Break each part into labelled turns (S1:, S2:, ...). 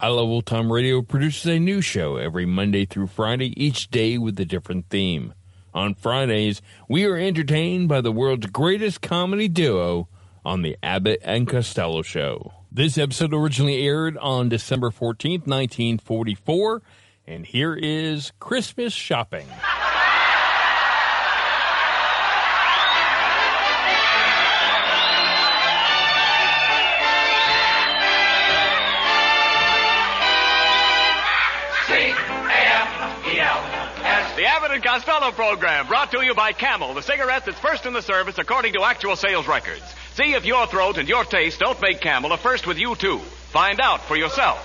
S1: I Love Old Time Radio produces a new show every Monday through Friday, each day with a different theme. On Fridays, we are entertained by the world's greatest comedy duo on the Abbott and Costello Show. This episode originally aired on December 14th, 1944, and here is Christmas Shopping.
S2: C-A-F-E-L-S.
S3: The Abbott and Costello program brought to you by Camel, the cigarette that's first in the service according to actual sales records. See if your throat and your taste don't make Camel a first with you too. Find out for yourself.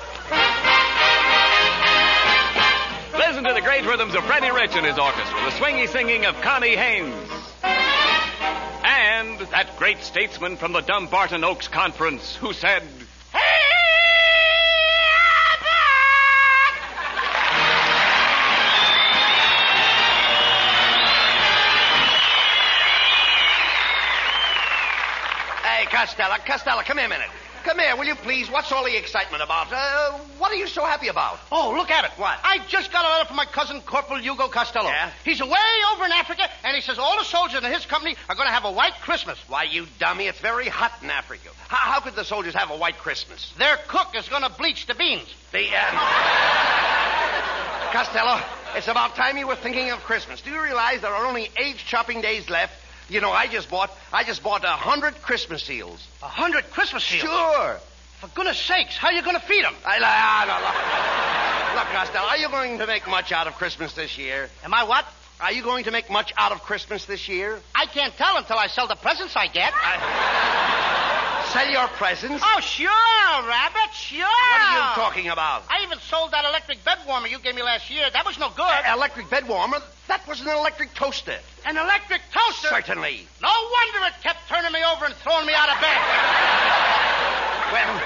S3: Listen to the great rhythms of Freddie Rich and his orchestra, the swingy singing of Connie Haynes, and that great statesman from the Dumbarton Oaks Conference who said,
S2: Hey, Costello, Costello, come here a minute. Come here, will you please? What's all the excitement about? Uh, what are you so happy about?
S3: Oh, look at it. What?
S2: I just got a letter from my cousin, Corporal Hugo Costello.
S3: Yeah?
S2: He's away over in Africa, and he says all the soldiers in his company are going to have a white Christmas. Why, you dummy, it's very hot in Africa. How, how could the soldiers have a white Christmas? Their cook is going to bleach the beans. The, uh... Costello, it's about time you were thinking of Christmas. Do you realize there are only eight shopping days left? You know, I just bought, I just bought a hundred Christmas seals. A hundred Christmas seals? Sure. For goodness sakes, how are you going to feed them? I, I, I, look, Costello, are you going to make much out of Christmas this year? Am I what? Are you going to make much out of Christmas this year? I can't tell until I sell the presents I get. Sell your presents?
S4: Oh, sure, Rabbit, sure.
S2: What are you talking about?
S4: I even sold that electric bed warmer you gave me last year. That was no good.
S2: An E, electric bed warmer? That was an electric toaster.
S4: An electric toaster?
S2: Certainly.
S4: No wonder it kept turning me over and throwing me out of bed.
S2: Well,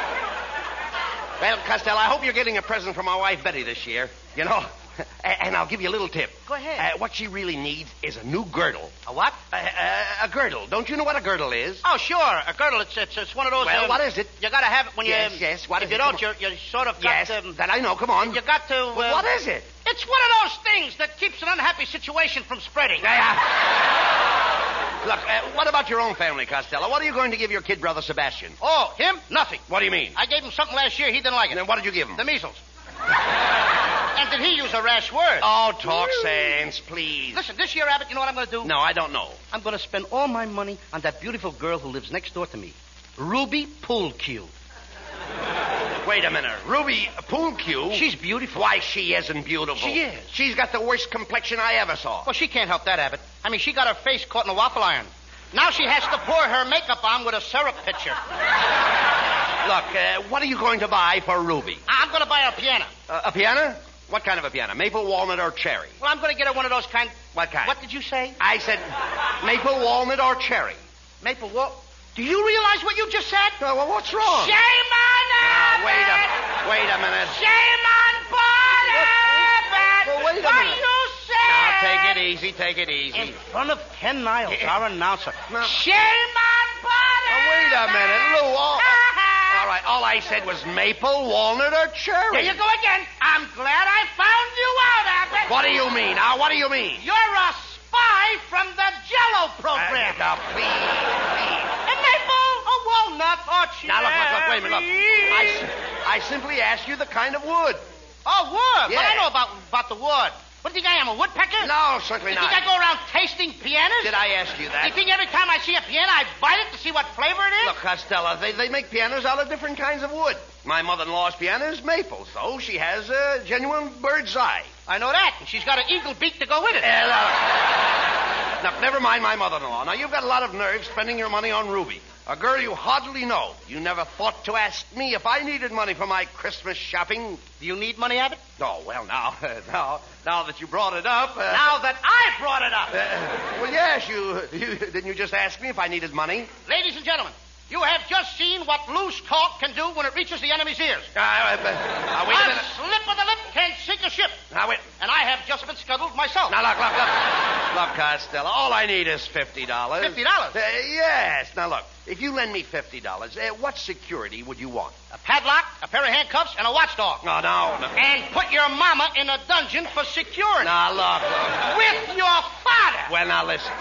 S2: well, Costello, I hope you're getting a present from my wife Betty this year. You know, a- and I'll give you a little tip.
S4: Go ahead.
S2: Uh, what she really needs is a new girdle.
S4: A what?
S2: A, a, a girdle. Don't you know what a girdle is?
S4: Oh, sure. A girdle, it's, it's, it's one of those.
S2: Well,
S4: um,
S2: what is it?
S4: You gotta have it when
S2: Yes,
S4: you.
S2: yes, what
S4: If
S2: is
S4: you
S2: it?
S4: don't,
S2: Come
S4: you're,
S2: on.
S4: you're sort of.
S2: yes,
S4: Got, um,
S2: that I know. Come on.
S4: You got to. Uh,
S2: Well, what is it?
S4: It's one of those things that keeps an unhappy situation from spreading.
S2: Yeah. Look, uh, what about your own family, Costello? What are you going to give your kid brother Sebastian?
S4: Oh, him? Nothing.
S2: What do you mean?
S4: I gave him something last year. He didn't like it.
S2: Then what did you give him?
S4: The measles. and did he use a rash word?
S2: Oh, talk sense, please.
S4: Listen, this year, Abbott, you know what I'm going to do?
S2: No, I don't know.
S4: I'm going to spend all my money on that beautiful girl who lives next door to me, Ruby Poolcue.
S2: Wait a minute. Ruby Pool Cue.
S4: She's beautiful.
S2: Why, she isn't beautiful.
S4: She is.
S2: She's got the worst complexion I ever saw.
S4: Well, she can't help that, Abbott. I mean, she got her face caught in a waffle iron. Now she has to pour her makeup on with a syrup pitcher.
S2: Look, uh, what are you going to buy for Ruby?
S4: I- I'm going to buy her a piano.
S2: Uh, a piano? What kind of a piano? Maple, walnut, or cherry?
S4: Well, I'm going to get her one of those kind.
S2: What kind?
S4: What did you say?
S2: I said maple, walnut, or cherry.
S4: Maple wall. Do you realize what you just said?
S2: Uh, well, what's wrong?
S4: Shame on
S2: Now,
S4: Abbott!
S2: wait a wait a minute.
S4: Shame on Bart
S2: Look,
S4: Abbott!
S2: well, wait a
S4: Are
S2: minute.
S4: you
S2: easy, take it easy.
S4: In front of Ken Niles,
S2: Yeah.
S4: our announcer.
S2: No.
S4: Shame on butter!
S2: Now, wait a minute, Lou. All,
S4: Ah!
S2: all right, all I said was maple, walnut, or cherry.
S4: There you go again. I'm glad I found you out, Abbott.
S2: What do you mean? Now, what do you mean?
S4: You're a spy from the Jello program.
S2: Uh, now, please,
S4: A maple, a walnut, or
S2: please.
S4: cherry.
S2: Now, look, look, look, wait a minute. Look. I, s- I simply asked you the kind of wood.
S4: Oh, wood. What
S2: Yeah.
S4: I know about about the wood. What do you think I am, a woodpecker?
S2: No, certainly
S4: You
S2: not.
S4: think I go around tasting pianos?
S2: Did I ask you
S4: You
S2: that?
S4: think every time I see a piano, I bite it to see what flavor it is?
S2: Look, Costello, they, they make pianos out of different kinds of wood. My mother-in-law's piano is maple, so she has a genuine bird's eye.
S4: I know that, and she's got an eagle beak to go with it.
S2: Now, look, never mind my mother-in-law. Now, you've got a lot of nerve spending your money on Ruby, a girl you hardly know. You never thought to ask me if I needed money for my Christmas shopping.
S4: Do you need money, Abbott?
S2: Oh, well, now, now, now that you brought it up. Uh,
S4: Now that I brought it up.
S2: uh, well, yes, you, you didn't you just ask me if I needed money?
S4: Ladies and gentlemen, you have just seen what loose talk can do when it reaches the enemy's ears.
S2: Uh, uh, but- now, wait a minute.
S4: slip of the lip can sink a ship.
S2: Now, wait.
S4: And I have just been scuttled myself.
S2: Now, look, look, look. Look, Costello, all I need is $50.
S4: $50?
S2: Uh, yes. Now, look, if you lend me $50, uh, what security would you want? Oh,
S4: a padlock, a pair of handcuffs, and a watchdog.
S2: No, no, no.
S4: And put your mama in a dungeon for security.
S2: Now, look, look.
S4: With your father.
S2: Well, now, listen.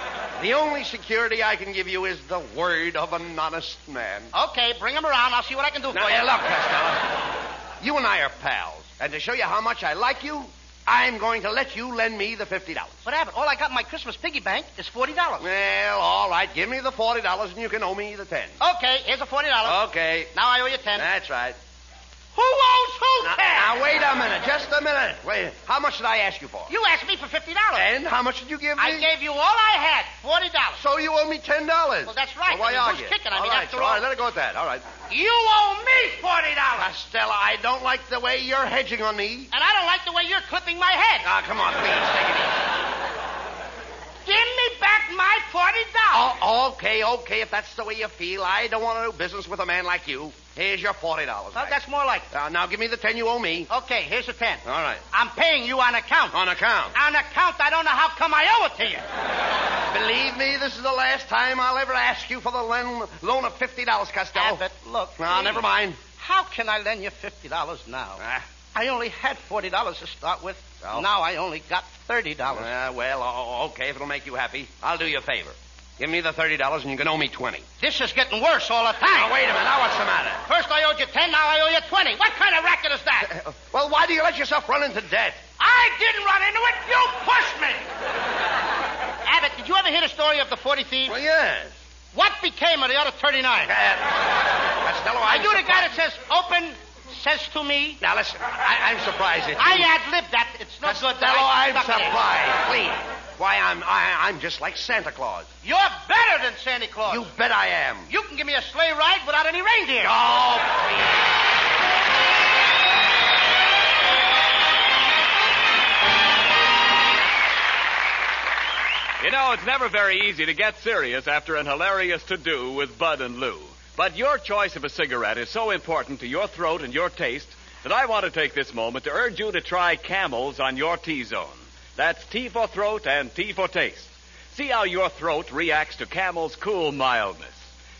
S2: The only security I can give you is the word of an honest man.
S4: Okay, bring him around. I'll see what I can do
S2: Now,
S4: for
S2: yeah,
S4: you.
S2: look, Costello. You and I are pals. And to show you how much I like you, I'm going to let you lend me the $50.
S4: But Abbott, all I got in my Christmas piggy bank is forty dollars.
S2: Well, all right. Give me the $40 and you can owe me the 10
S4: Okay, here's a forty
S2: Oh.
S4: dollars.
S2: Okay.
S4: now I owe you ten.
S2: That's right.
S4: who owes who
S2: Now,
S4: ten?
S2: now, wait a minute. Just a minute. Wait. How much did I ask you for?
S4: you asked me for fifty dollars.
S2: And how much did you give me?
S4: I gave you all I had, forty dollars.
S2: So you owe me ten dollars.
S4: Well, that's right.
S2: why
S4: I mean,
S2: are
S4: who's
S2: you?
S4: kicking? I mean,
S2: all right,
S4: after
S2: so,
S4: all-
S2: all right, let it go at that. All right.
S4: You owe me forty dollars.
S2: Costello, I don't like the way you're hedging on me.
S4: And I don't like the way you're clipping my head.
S2: Ah, come on, please, take it easy.
S4: Give me back my forty dollars.
S2: Oh, okay, okay, if that's the way you feel, I don't want to do business with a man like you. Here's your forty dollars.
S4: well, that's more like
S2: uh, now give me the ten you owe me.
S4: it. Okay, here's the ten.
S2: All right.
S4: I'm paying you on account.
S2: On account.
S4: On account, I don't know how come I owe it to you.
S2: Believe me, this is the last time I'll ever ask you for the loan, loan of fifty dollars, Costello.
S4: Abbott, look.
S2: Now,
S4: please.
S2: never mind.
S4: How can I lend you fifty dollars now?
S2: Ah.
S4: I only had forty dollars to start with.
S2: Well.
S4: Now I only got thirty dollars.
S2: Uh, well, oh, okay, if it'll make you happy, I'll do you a favor. Give me the thirty dollars, and you can owe me twenty.
S4: This is getting worse all the
S2: Now
S4: time.
S2: wait a minute. Now what's the matter?
S4: First I owed you ten, now I owe you twenty. What kind of racket is that?
S2: Uh, Well, why do you let yourself run into debt?
S4: I didn't run into it. You pushed me. Abbott, did you ever hear the story of the forty thieves?
S2: Well, yes.
S4: What became of the other thirty-nine?
S2: Uh, Costello,
S4: I
S2: I'm
S4: do the guy that
S2: surprised-
S4: says open says to me.
S2: Now listen, I, I'm surprised. That
S4: I
S2: you-
S4: ad lib that. It's no good. that
S2: Costello,
S4: I
S2: I'm
S4: stuck it.
S2: surprised. Please, why I'm I, I'm just like Santa Claus.
S4: You're better than Santa Claus.
S2: You bet I am.
S4: You can give me a sleigh ride without any reindeer.
S2: Oh,
S3: You know, it's never very easy to get serious after an hilarious to do with Bud and Lou. But your choice of a cigarette is so important to your throat and your taste that I want to take this moment to urge you to try camels on your T zone. That's T for throat and T for taste. See how your throat reacts to camel's cool mildness.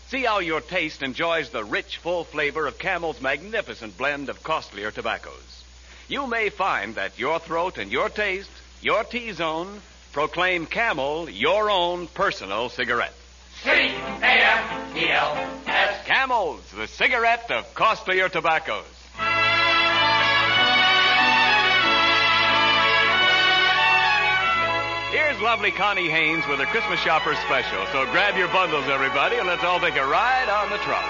S3: See how your taste enjoys the rich, full flavor of camel's magnificent blend of costlier tobaccos. You may find that your throat and your taste, your T zone, proclaim Camel your own personal cigarette. C-A-M-E-L-S. Camels, the cigarette of costlier tobaccos. Here's lovely Connie Haynes with her Christmas Shoppers special. So grab your bundles, everybody, and let's all take a ride on the truck.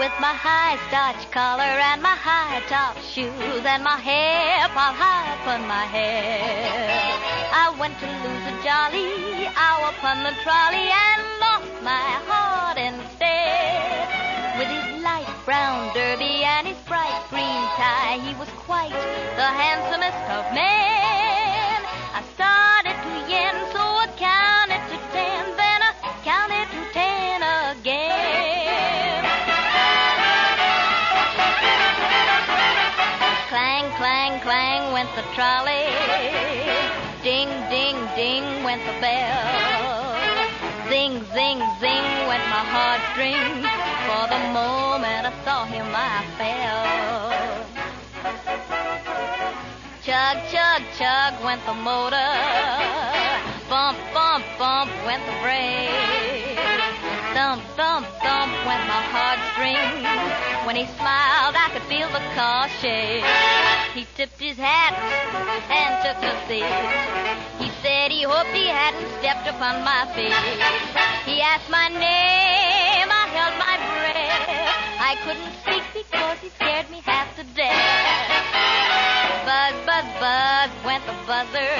S5: With my high starch collar and my high top shoes and my hair piled high upon my head, I went to lose a jolly hour upon the trolley and lost my heart instead. With his light brown derby and his bright green tie, he was quite the handsomest of men. I started to yen, so I counted to ten, then I counted to ten again. Clang, clang, clang went the trolley. Ding, ding went the bell. Zing, zing, zing went my heartstrings. For the moment I saw him, I fell. Chug, chug, chug went the motor. Bump, bump, bump went the brakes. Thump, thump, thump went my heartstrings. When he smiled, I could feel the car shake. He tipped his hat and took a seat. He said he hoped he hadn't stepped upon my feet. He asked my name. I held my breath. I couldn't speak because he scared me half to death. Buzz, buzz, buzz went the buzzer.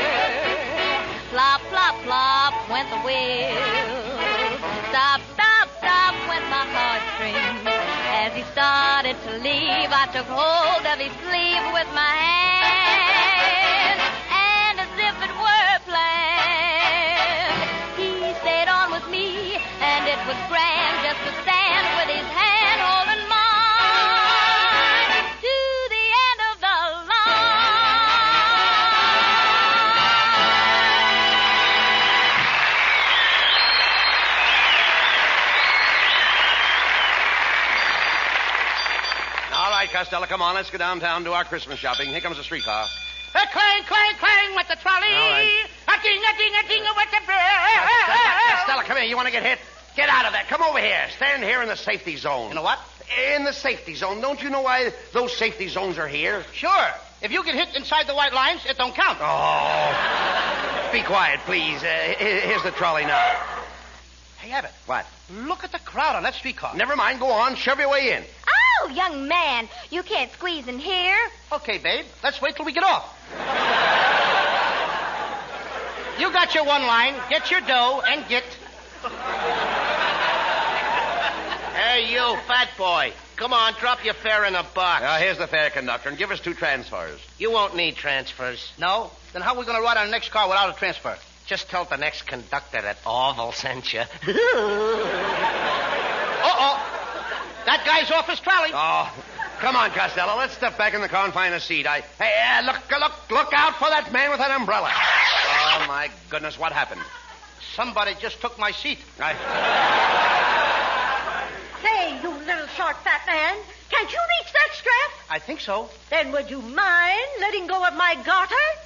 S5: Flop, flop, flop went the wheel. Stop, stop, stop went my heartstrings. As he started to leave, I took hold of his sleeve with my hand. And as if it were planned, he stayed on with me, and it was grand just to stand with his hand holding mine to the end of the line.
S2: All right, Costello, come on. Let's go downtown, do our Christmas shopping. Here comes the streetcar.
S4: A clang, clang, clang with the trolley.
S2: All right.
S4: A ding, a ding, a ding with the bell.
S2: Costello, Costello, come here. You want to get hit? Get out of there. Come over here. Stand here in the safety zone.
S4: You know what?
S2: In the safety zone. Don't you know why those safety zones are here?
S4: Sure. If you get hit inside the white lines, it don't count.
S2: Oh. Be quiet, please. Uh, he- here's the trolley now.
S4: Hey, Abbott.
S2: What?
S4: Look at the crowd on that streetcar.
S2: Never mind. Go on. Shove your way in.
S5: Oh, young man, you can't squeeze in here.
S4: Okay, babe. Let's wait till we get off. you got your one line. Get your dough and get. hey, you fat boy. Come on, drop your fare in a box.
S2: Now, Uh, here's the fare conductor, and give us two transfers.
S4: You won't need transfers. No? Then how are we going to ride our next car without a transfer? Just tell the next conductor that Orville sent you. Uh-oh. That guy's off his trolley.
S2: Oh, come on, Costello. Let's step back in the car and find a seat. I hey, uh, look, look, look out for that man with that umbrella. Oh my goodness, what happened?
S4: Somebody just took my seat.
S2: I, uh,
S6: Say, you little short fat man, can't you reach that strap?
S4: I think so.
S6: Then would you mind letting go of my garter?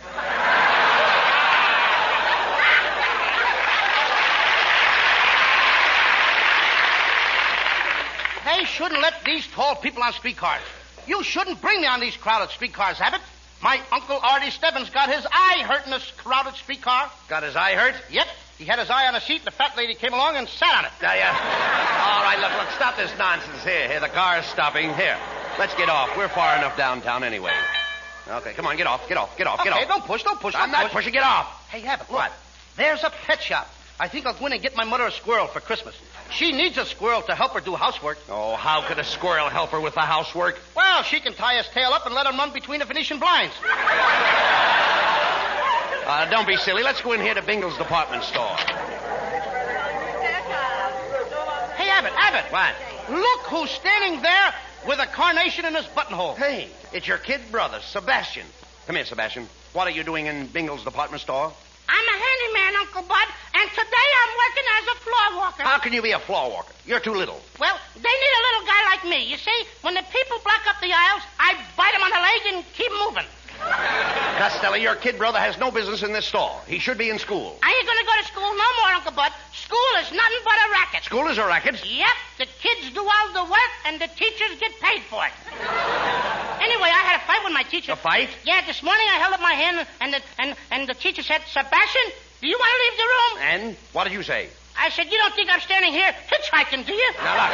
S4: They shouldn't let these tall people on streetcars. You shouldn't bring me on these crowded streetcars, Abbott. My uncle Artie Stebbins got his eye hurt in this crowded streetcar.
S2: got his eye hurt.
S4: Yep. He had his eye on a seat, and a fat lady came along and sat on it.
S2: Now, yeah. All right, look, look, stop this nonsense. Here, here, the car's stopping. Here, let's get off. We're far enough downtown anyway. Okay, come on, get off, get off, get off, get
S4: okay,
S2: off.
S4: don't push, don't push.
S2: I'm
S4: don't
S2: not pushing. Get off.
S4: Hey, Abbott, look.
S2: What?
S4: There's a pet shop. I think I'll go in and get my mother a squirrel for Christmas. She needs a squirrel to help her do housework.
S2: Oh, how could a squirrel help her with the housework?
S4: Well, she can tie his tail up and let him run between the Venetian blinds.
S2: Uh, don't be silly. Let's go in here to Bingle's department store.
S4: Hey, Abbott, Abbott.
S2: What?
S4: Look who's standing there with a carnation in his buttonhole.
S2: Hey, it's your kid brother, Sebastian. Come here, Sebastian. What are you doing in Bingle's department store?
S6: I'm a handyman, Uncle Bud, and today I'm working as a floor walker.
S2: How can you be a floor walker? You're too little.
S6: Well, they need a little guy like me. You see, when the people block up the aisles, I bite them on the leg and keep moving.
S2: Costello, your kid brother has no business in this store. He should be in school.
S6: I ain't gonna go to school no more, Uncle Bud. School is nothing but a racket.
S2: School is a racket.
S6: Yep, the kids do all the work and the teachers get paid for it. anyway, I had a fight with my teacher.
S2: A fight?
S6: Yeah, this morning I held up my hand and the, and, and the teacher said, Sebastian, do you want to leave the room?
S2: And what did you say?
S6: I said, you don't think I'm standing here hitchhiking, do you?
S2: Now look.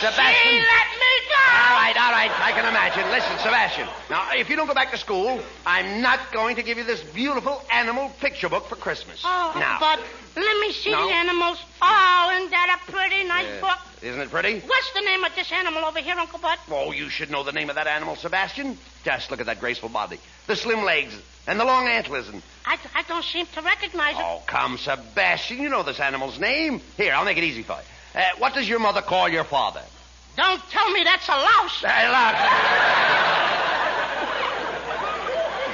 S6: She
S2: Sebastian.
S6: let me go!
S2: All right, all right. I can imagine. Listen, Sebastian. Now, if you don't go back to school, I'm not going to give you this beautiful animal picture book for Christmas.
S6: Oh,
S2: now.
S6: but let me see
S2: No.
S6: the animals. Oh, isn't that a pretty nice
S2: Yeah.
S6: book?
S2: Isn't it pretty?
S6: What's the name of this animal over here, Uncle Bud?
S2: Oh, you should know the name of that animal, Sebastian. Just look at that graceful body, the slim legs, and the long antlers. And...
S6: I, I don't seem to recognize it.
S2: Oh, come, Sebastian. You know this animal's name. Here, I'll make it easy for you. Uh, what does your mother call your father?
S6: Don't tell me that's a louse.
S2: Hey, look.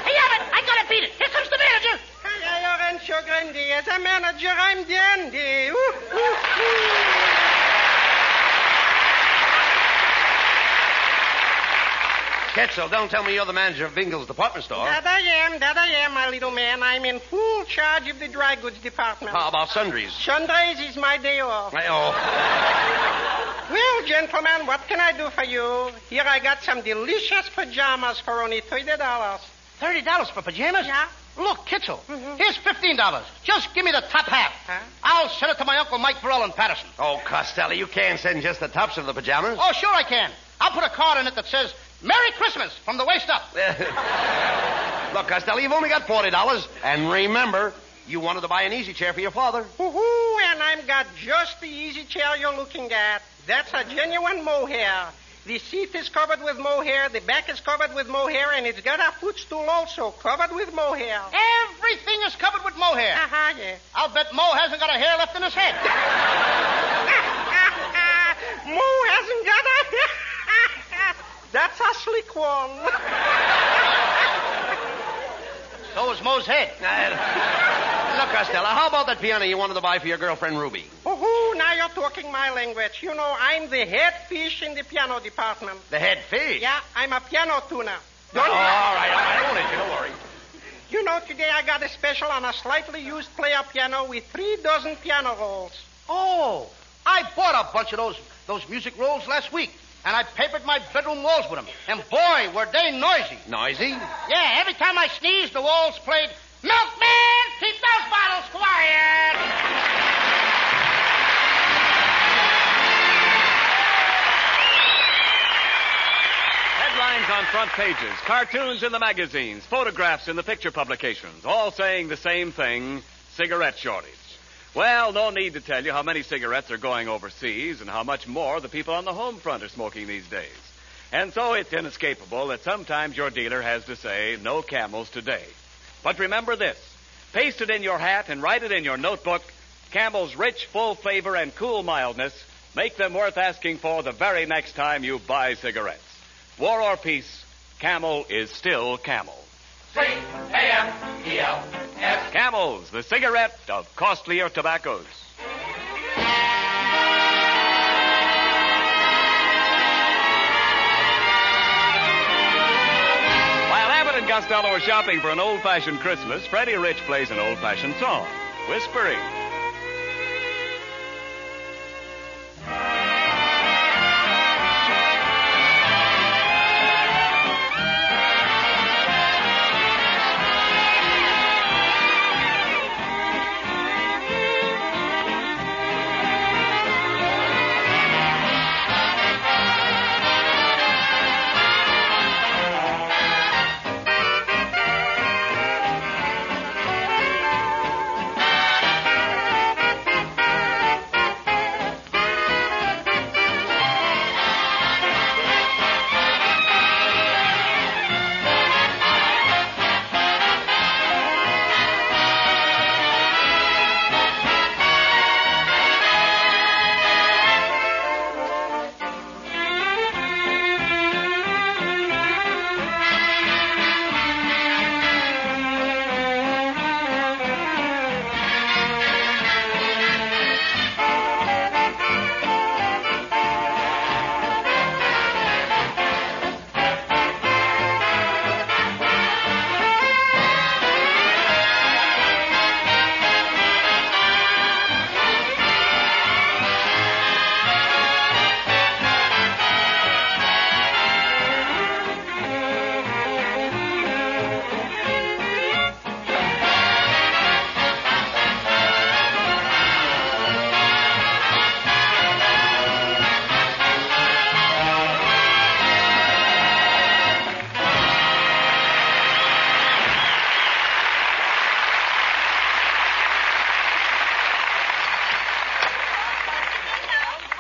S6: Hey, Abbott, I gotta beat it. Here comes the manager.
S4: Hey, hey,
S7: Mr. Manager, I'm dandy. Ooh, ooh, ooh.
S2: Ketzel, don't tell me you're the manager of Bingle's department store.
S7: That I am, that I am, my little man. I'm in full charge of the dry goods department.
S2: How about sundries?
S7: Sundays is my day off.
S2: I- Oh,
S7: Well, gentlemen, what can I do for you? Here I got some delicious pajamas for only thirty dollars.
S4: Thirty dollars for pajamas?
S7: Yeah.
S4: Look, Kitzel,
S6: Mm-hmm.
S4: here's fifteen dollars. Just give me the top half.
S7: Huh?
S4: I'll send it to my uncle Mike Burrell in Patterson.
S2: oh, Costello, you can't send just the tops of the pajamas.
S4: Oh, sure I can. I'll put a card in it that says "Merry Christmas" from the waist up.
S2: Look, Costello, you've only got forty dollars, and remember, you wanted to buy an easy chair for your father.
S7: Woohoo! And I've got just the easy chair you're looking at. That's a genuine mohair. The seat is covered with mohair, the back is covered with mohair, and it's got a footstool also covered with mohair.
S4: Everything is covered with mohair.
S7: Uh-huh, yeah.
S4: I'll bet Mo hasn't got a hair left in his head.
S7: Mo hasn't got a... That's a slick one.
S4: So is Mo's head.
S2: Look, Costello, how about that piano you wanted to buy for your girlfriend Ruby?
S7: Woohoo, now you're talking my language. You know, I'm the head fish in the piano department.
S2: The head fish.
S7: Yeah, I'm a piano tuner.
S2: Oh, all right, all right, I won't hit you. Don't worry.
S7: You know, today I got a special on a slightly used player piano with three dozen piano rolls.
S4: Oh, I bought a bunch of those those music rolls last week, and I papered my bedroom walls with them. And boy, were they noisy!
S2: Noisy.
S4: Yeah, every time I sneezed, the walls played. Milkman, keep those bottles quiet.
S3: Headlines on front pages, cartoons in the magazines, photographs in the picture publications, all saying the same thing cigarette shortage. Well, no need to tell you how many cigarettes are going overseas and how much more the people on the home front are smoking these days. And so it's inescapable that sometimes your dealer has to say, no camels today. But remember this paste it in your hat and write it in your notebook. Camel's rich, full flavor and cool mildness make them worth asking for the very next time you buy cigarettes. War or peace, Camel is still Camel. C-A-M-E-L. Camels, the cigarette of costlier tobaccos. While Abbott and Costello are shopping for an old-fashioned Christmas, Freddie Rich plays an old-fashioned song, Whispering.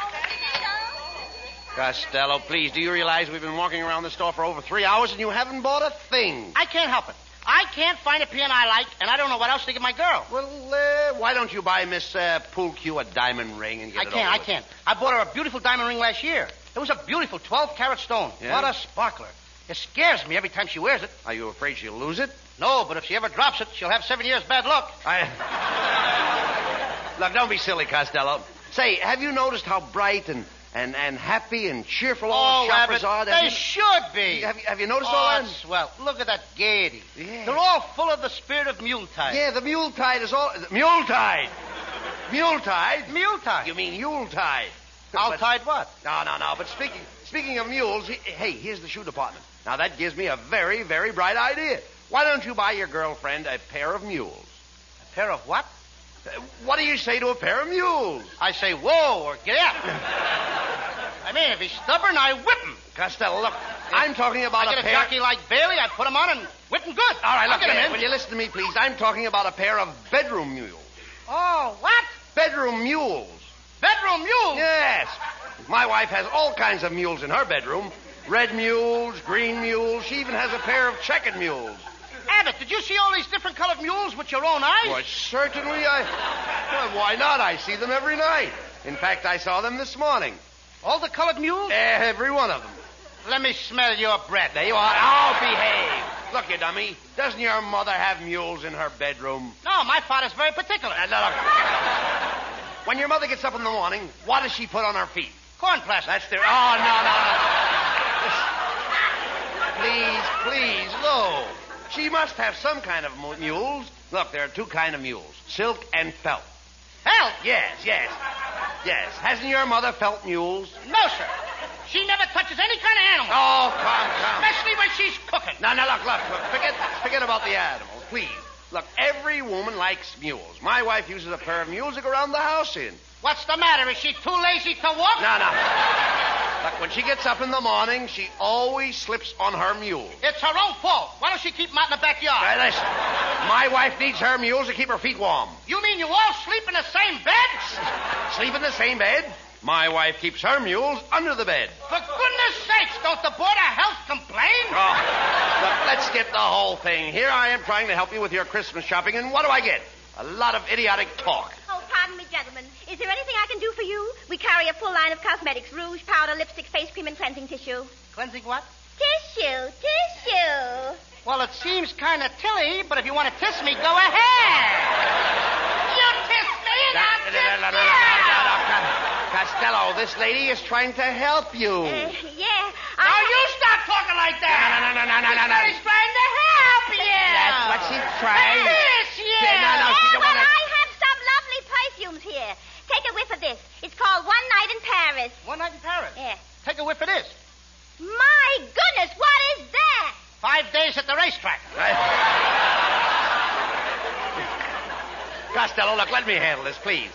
S6: Oh,
S2: Costello, please, do you realize we've been walking around the store for over three hours and you haven't bought a thing?
S4: I can't help it. I can't find a piano I like, and I don't know what else to give my girl.
S2: Well, uh, why don't you buy Miss uh, Pool Q a diamond ring and get
S4: I
S2: it
S4: can't.
S2: over
S4: I
S2: with?
S4: can't. I bought her a beautiful diamond ring last year. It was a beautiful 12 carat stone.
S2: Yeah?
S4: What a sparkler. It scares me every time she wears it.
S2: Are you afraid she'll lose it?
S4: No, but if she ever drops it, she'll have seven years bad luck.
S2: I. Look, don't be silly, Costello. Say, have you noticed how bright and, and, and happy and cheerful all
S4: Oh,
S2: the shoppers
S4: Abbott,
S2: are? Have
S4: they
S2: you-
S4: should be.
S2: Have you- have you noticed
S4: oh,
S2: all that?
S4: it's swell. Look at that gaiety.
S2: Yeah.
S4: They're all full of the spirit of mule tide.
S2: Yeah, the mule tide is all. Mule tide! Mule tide?
S4: Mule tide.
S2: You mean Yule tide?
S4: I'll tide what?
S2: No, no, no. But speaking speaking of mules, he- hey, here's the shoe department. Now that gives me a very, very bright idea. Why don't you buy your girlfriend a pair of mules?
S4: A pair of what?
S2: Uh, What do you say to a pair of mules?
S4: I say whoa or get out. I mean, if he's stubborn, I whip him.
S2: Costello, look, I'm talking about
S4: I get a
S2: pair.
S4: jockey like Bailey, I put him on and whip him good.
S2: All right,
S4: I'll
S2: look,
S4: get him
S2: here,
S4: in.
S2: will you listen to me, please? I'm talking about a pair of bedroom mules.
S4: Oh, what?
S2: Bedroom mules.
S4: Bedroom mule?
S2: Yes. My wife has all kinds of mules in her bedroom. Red mules, green mules. She even has a pair of checkered mules.
S4: Abbott, did you see all these different colored mules with your own eyes?
S2: Why, certainly I. Well, why not? I see them every night. In fact, I saw them this morning.
S4: All the colored mules?
S2: Every one of them.
S4: Let me smell your breath.
S2: There you are. I'll behave. Look, you dummy. Doesn't your mother have mules in her bedroom?
S4: No, my father's very particular.
S2: Now, now, look. When your mother gets up in the morning, what does she put on her feet?
S4: Corn plastic.
S2: That's the. Oh, no, no, no. Please, please, no. She must have some kind of mu- mules. Look, there are two kind of mules silk and felt.
S4: Hell,
S2: Yes, yes. Yes. Hasn't your mother felt mules?
S4: no, sir. She never touches any kind of animal,
S2: Oh, come, come.
S4: especially when she's cooking.
S2: Now, now, look, look, look. Forget, forget about the animals, please. Look, every woman likes mules. My wife uses a pair of mules to go around the house in.
S4: What's the matter? Is she too lazy to walk?
S2: No, no. Look, when she gets up in the morning, she always slips on her mule.
S4: It's her own fault. Why don't she keep them out in the backyard?
S2: Hey, listen, my wife needs her mules to keep her feet warm.
S4: You mean you all sleep in the same bed?
S2: Sleep in the same bed. My wife keeps her mules under the bed.
S4: For goodness sakes, don't the Board of Health complain?
S2: Oh, look, let's skip the whole thing. Here I am trying to help you with your Christmas shopping, and what do I get? A lot of idiotic talk.
S8: Oh, pardon me, gentlemen. Is there anything I can do for you? We carry a full line of cosmetics rouge, powder, lipstick, face cream, and cleansing tissue.
S4: Cleansing what?
S8: Tissue, tissue.
S4: Well, it seems kind of tilly, but if you want to kiss me, go ahead. you kiss me, and I'll kiss you.
S2: Costello, this lady is trying to help you.
S8: Uh, yeah.
S4: Now
S8: I...
S4: you stop talking like that.
S2: No, no, no, no, no, no, no.
S4: He's trying to help you.
S2: That's what she's trying.
S4: Yes, yes.
S2: Yeah, no, no, she
S8: Oh,
S2: don't
S8: well,
S2: wanna-
S8: I have some lovely perfumes here. Take a whiff of this. It's called One Night in Paris.
S4: One night in Paris.
S8: Yeah.
S4: Take a whiff of this.
S8: My goodness, what is that?
S4: Five days at the racetrack.
S2: Costello, look, let me handle this, please.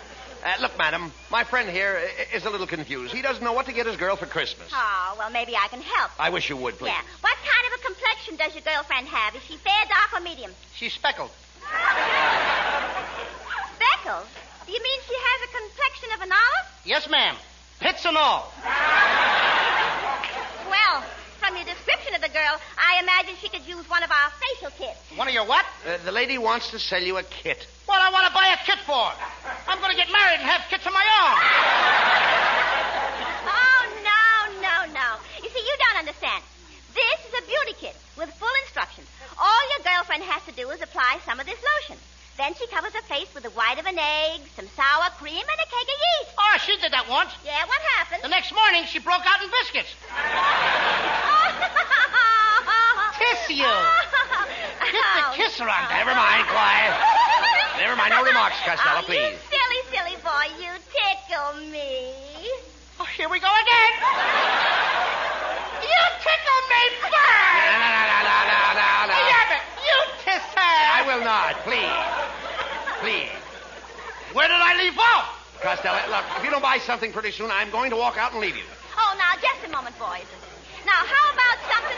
S2: Uh, look, madam, my friend here i- is a little confused. He doesn't know what to get his girl for Christmas.
S8: Oh, well, maybe I can help.
S2: I wish you would, Oh, please.
S8: Yeah. What kind of a complexion does your girlfriend have? Is she fair, dark, or medium?
S4: She's speckled.
S8: Speckles? Do you mean she has a complexion of an olive?
S4: Yes, ma'am. Pits and all.
S8: Well, from your description of the girl, I imagine she could use one of our facial kits.
S4: One of your what?
S2: Uh, the lady wants to sell you a kit.
S4: What I want to buy a kit for. I'm going to get married and have kids of my own.
S8: Oh, no, no, no. You see, you don't understand. This is a beauty kit with full instructions. All your girlfriend has to do is apply some of this lotion. Then she covers her face with the white of an egg, some sour cream, and a cake of yeast.
S4: Oh, she did that once.
S8: Yeah, what happened?
S4: The next morning, she broke out in biscuits.
S8: Oh.
S4: Kiss you. Get the kiss around
S2: Never mind, quiet. Never mind, no remarks, Costello,
S8: oh,
S2: please.
S8: You silly, silly boy, you tickle me.
S4: Oh, here we go again. you tickle me
S2: No,
S4: first.
S2: no, no, no, no, no, no, no.
S4: Hey, Abbott, you kiss her.
S2: I will not, please. Please.
S4: Where did I leave off?
S2: Costello, look, if you don't buy something pretty soon, I'm going to walk out and leave you.
S8: Oh, now, just a moment, boys. Now, how about something...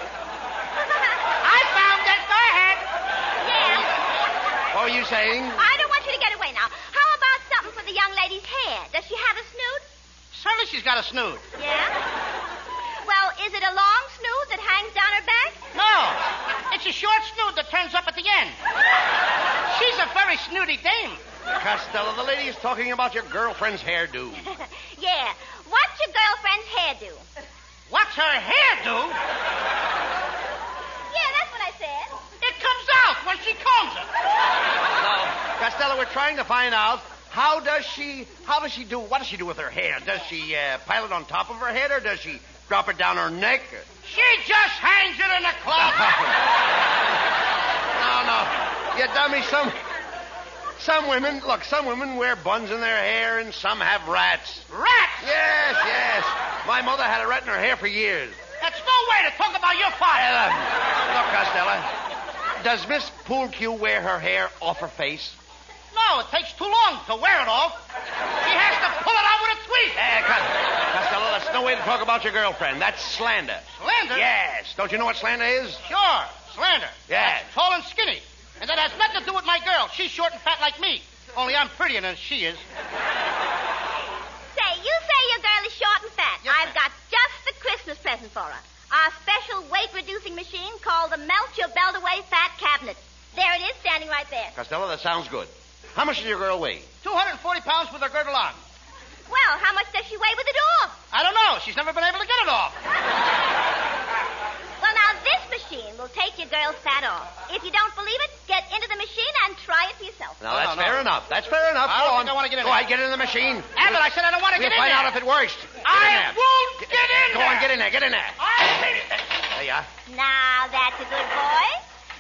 S4: I found it. Go ahead.
S8: yeah.
S2: What were you saying?
S8: I don't want you to get away now. How about something for the young lady's hair? Does she have a snoot?
S4: Certainly she's got a snood.
S8: Yeah? Well, is it a long snoot that hangs down her back?
S4: No. It's a short snood that turns up at the end. She's a very snooty dame.
S2: Costello, the lady is talking about your girlfriend's hairdo.
S8: yeah. What's your girlfriend's hair do?
S4: What's her hair do?
S8: Yeah, that's what I said.
S4: It comes out when she combs it.
S2: Costello, we're trying to find out How does she? How does she do? What does she do with her hair? Does she uh, pile it on top of her head, or does she drop it down her neck?
S4: She just hangs it in a closet.
S2: No, no, you dummy. Some, some women look. Some women wear buns in their hair, and some have rats.
S4: Rats!
S2: Yes, yes. My mother had a rat in her hair for years.
S4: That's no way to talk about your father.
S2: Ella, Uh, look, Costello. Does Miss Poolcue wear her hair off her face?
S4: No, it takes too long to wear it off. She has to pull it out with a tweezer.
S2: Eh, cut it. Costello, that's no way to talk about your girlfriend. That's slander.
S4: Slander?
S2: Yes. Don't you know what slander is?
S4: Sure, slander.
S2: Yes.
S4: That's tall and skinny. And that has nothing to do with my girl. She's short and fat like me. Only I'm prettier than she is.
S8: Say, you say your girl is short and fat.
S4: Yes,
S8: I've got just the Christmas present for her. Our special weight reducing machine called the Melt Your Belt Away Fat Cabinet. There it is, standing right there.
S2: Costello, that sounds good. How much does your girl weigh?
S4: 240 pounds with her girdle on.
S8: Well, how much does she weigh with it off?
S4: I don't know. She's never been able to get it off.
S8: Well, now this machine will take your girl's fat off. If you don't believe it, get into the machine and try it for yourself.
S2: Now, that's
S4: no.
S2: fair enough. That's fair enough.
S4: I
S2: Go
S4: don't
S2: on.
S4: think I wanna get in
S2: Go
S4: there.
S2: ahead, get in the machine.
S4: Abbott, I said I don't want to
S2: We'll
S4: get in
S2: find
S4: there.
S2: out if it works. Get in
S4: I
S2: there.
S4: won't get in
S2: Go
S4: there.
S2: on, get in there. Get in there.
S4: I...
S2: There you are.
S8: Now, that's a good boy.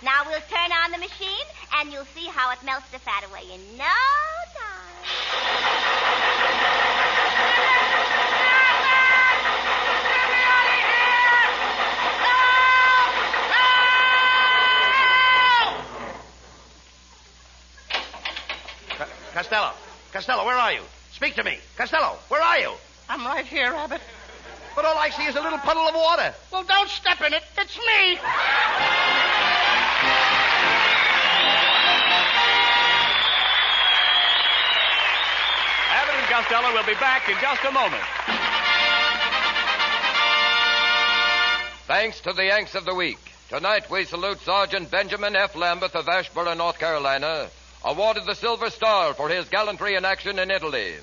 S8: Now we'll turn on the machine, and you'll see how it melts the fat away in no time.
S2: Co- Costello. Costello, where are you? Speak to me. Costello, where are you?
S4: I'm right here, Abbott.
S2: But all I see is a little puddle of water.
S4: Well, don't step in it. It's me.
S3: Abbott and Costello will be back in just a moment.
S9: Thanks to the Yanks of the Week. Tonight we salute Sergeant Benjamin F. Lambeth of Ashborough, North Carolina, awarded the Silver Star for his gallantry in action in Italy.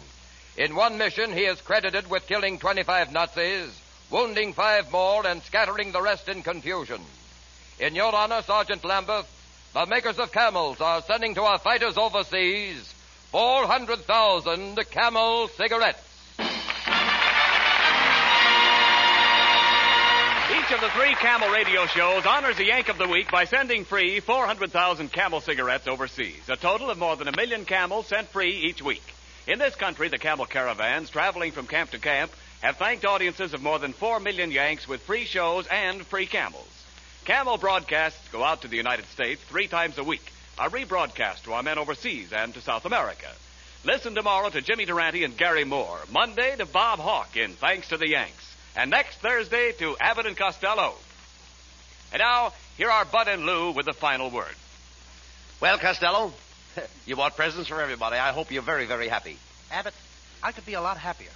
S9: In one mission, he is credited with killing 25 Nazis, wounding five more, and scattering the rest in confusion. In your honor, Sergeant Lambeth, the makers of camels are sending to our fighters overseas 400,000 camel cigarettes.
S3: Each of the three Camel radio shows honors the Yank of the Week by sending free 400,000 Camel cigarettes overseas, a total of more than a million camels sent free each week. In this country, the camel caravans traveling from camp to camp have thanked audiences of more than 4 million Yanks with free shows and free camels. Camel broadcasts go out to the United States three times a week, are rebroadcast to our men overseas and to South America. Listen tomorrow to Jimmy Durante and Gary Moore. Monday to Bob Hawke in Thanks to the Yanks. And next Thursday to Abbott and Costello. And now, here are Bud and Lou with the final word.
S2: Well, Costello, you bought presents for everybody. I hope you're very, very happy.
S4: Abbott, I could be a lot happier.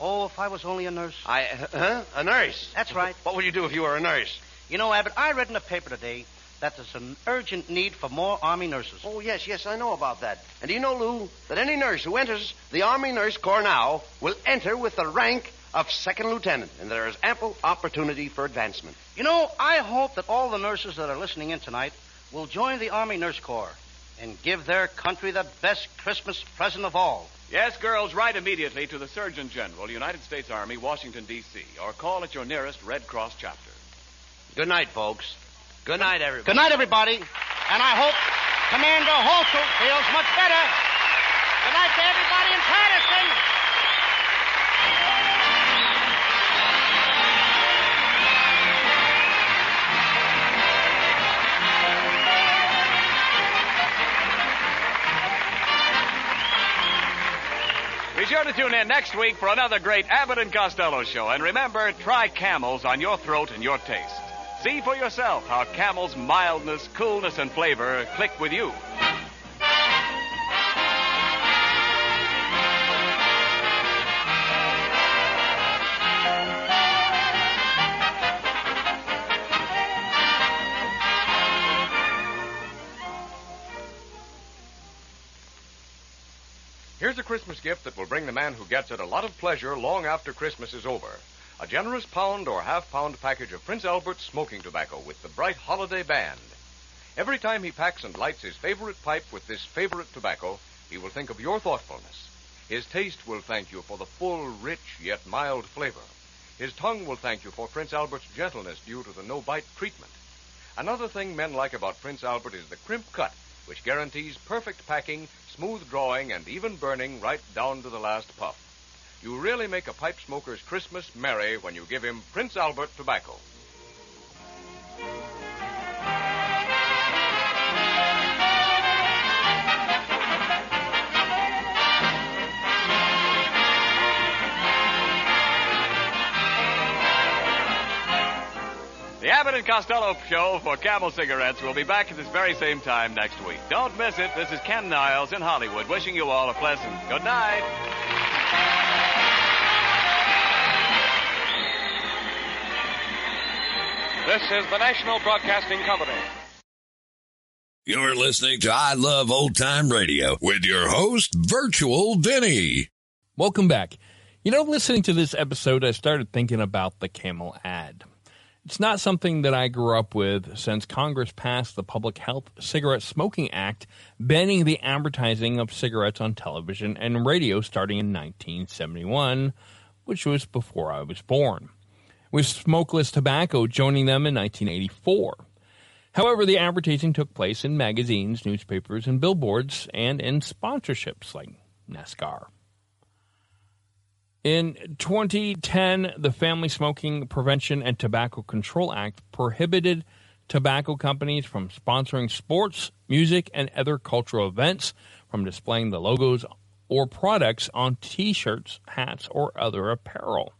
S4: Oh, if I was only a nurse.
S2: I, huh? A nurse?
S4: That's right.
S2: What would you do if you were a nurse?
S4: You know, Abbott, I read in the paper today that there's an urgent need for more Army nurses.
S2: Oh, yes, yes, I know about that. And do you know, Lou, that any nurse who enters the Army Nurse Corps now will enter with the rank of second lieutenant, and there is ample opportunity for advancement.
S4: You know, I hope that all the nurses that are listening in tonight will join the Army Nurse Corps and give their country the best Christmas present of all.
S3: Yes, girls, write immediately to the Surgeon General, United States Army, Washington, D.C., or call at your nearest Red Cross chapter.
S2: Good night, folks. Good night, everybody.
S4: Good night, everybody. And I hope Commander Holtzell feels much better. Good night to everybody in Patterson.
S3: Be sure to tune in next week for another great Abbott and Costello show. And remember, try camels on your throat and your taste. See for yourself how camels' mildness, coolness, and flavor click with you.
S10: Here's a Christmas gift that will bring the man who gets it a lot of pleasure long after Christmas is over. A generous pound or half pound package of Prince Albert's smoking tobacco with the bright holiday band. Every time he packs and lights his favorite pipe with this favorite tobacco, He will think of your thoughtfulness. His taste will thank you for the full, rich, yet mild flavor. His tongue will thank you for Prince Albert's gentleness due to the no bite treatment. Another thing men like about Prince Albert is the crimp cut, which guarantees perfect packing, smooth drawing, and even burning right down to the last puff. You really make a pipe smoker's Christmas merry when you give him Prince Albert tobacco.
S3: The Abbott and Costello show for Camel Cigarettes will be back at this very same time next week. Don't miss it. This is Ken Niles in Hollywood wishing you all a pleasant good night.
S11: This is the National Broadcasting Company.
S12: You're listening to I Love Old Time Radio with your host, Virtual Vinny.
S1: Welcome back. You know, listening to this episode, I started thinking about the Camel ad. It's not something that I grew up with since Congress passed the Public Health Cigarette Smoking Act, banning the advertising of cigarettes on television and radio starting in 1971, which was before I was born, with smokeless tobacco joining them in 1984. However, the advertising took place in magazines, newspapers, and billboards, and in sponsorships like NASCAR. In 2010, the Family Smoking Prevention and Tobacco Control Act prohibited tobacco companies from sponsoring sports, music, and other cultural events from displaying the logos or products on t shirts, hats, or other apparel.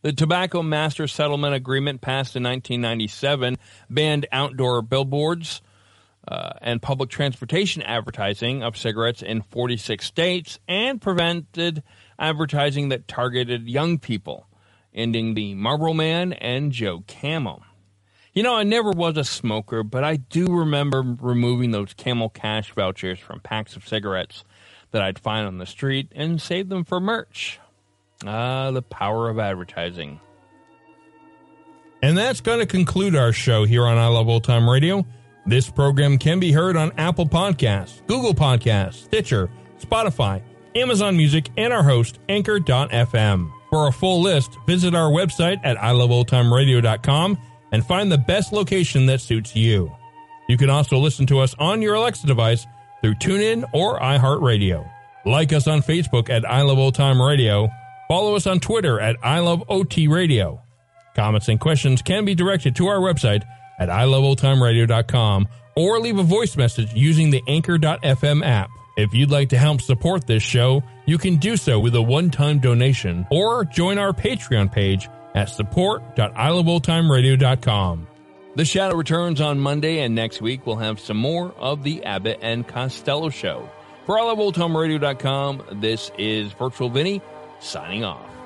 S1: The Tobacco Master Settlement Agreement passed in 1997 banned outdoor billboards uh, and public transportation advertising of cigarettes in 46 states and prevented advertising that targeted young people, ending the Marlboro Man and Joe Camel. You know, I never was a smoker, but I do remember removing those Camel cash vouchers from packs of cigarettes that I'd find on the street and save them for merch. Ah, the power of advertising. And that's going to conclude our show here on I Love Old Time Radio. This program can be heard on Apple Podcasts, Google Podcasts, Stitcher, Spotify, Amazon Music, and our host, Anchor.fm. For a full list, visit our website at iloveoldtimeradio.com and find the best location that suits you. You can also listen to us on your Alexa device through TuneIn or iHeartRadio. Like us on Facebook at I Love Old Time Radio. Follow us on Twitter at I Love OT Radio. Comments and questions can be directed to our website at iloveoldtimeradio.com or leave a voice message using the Anchor.fm app. If you'd like to help support this show, you can do so with a one-time donation or join our Patreon page at support.iloveoldtimeradio.com. The Shadow returns on Monday, and next week we'll have some more of the Abbott and Costello Show. For iloveoldtimeradio.com, this is Virtual Vinny signing off.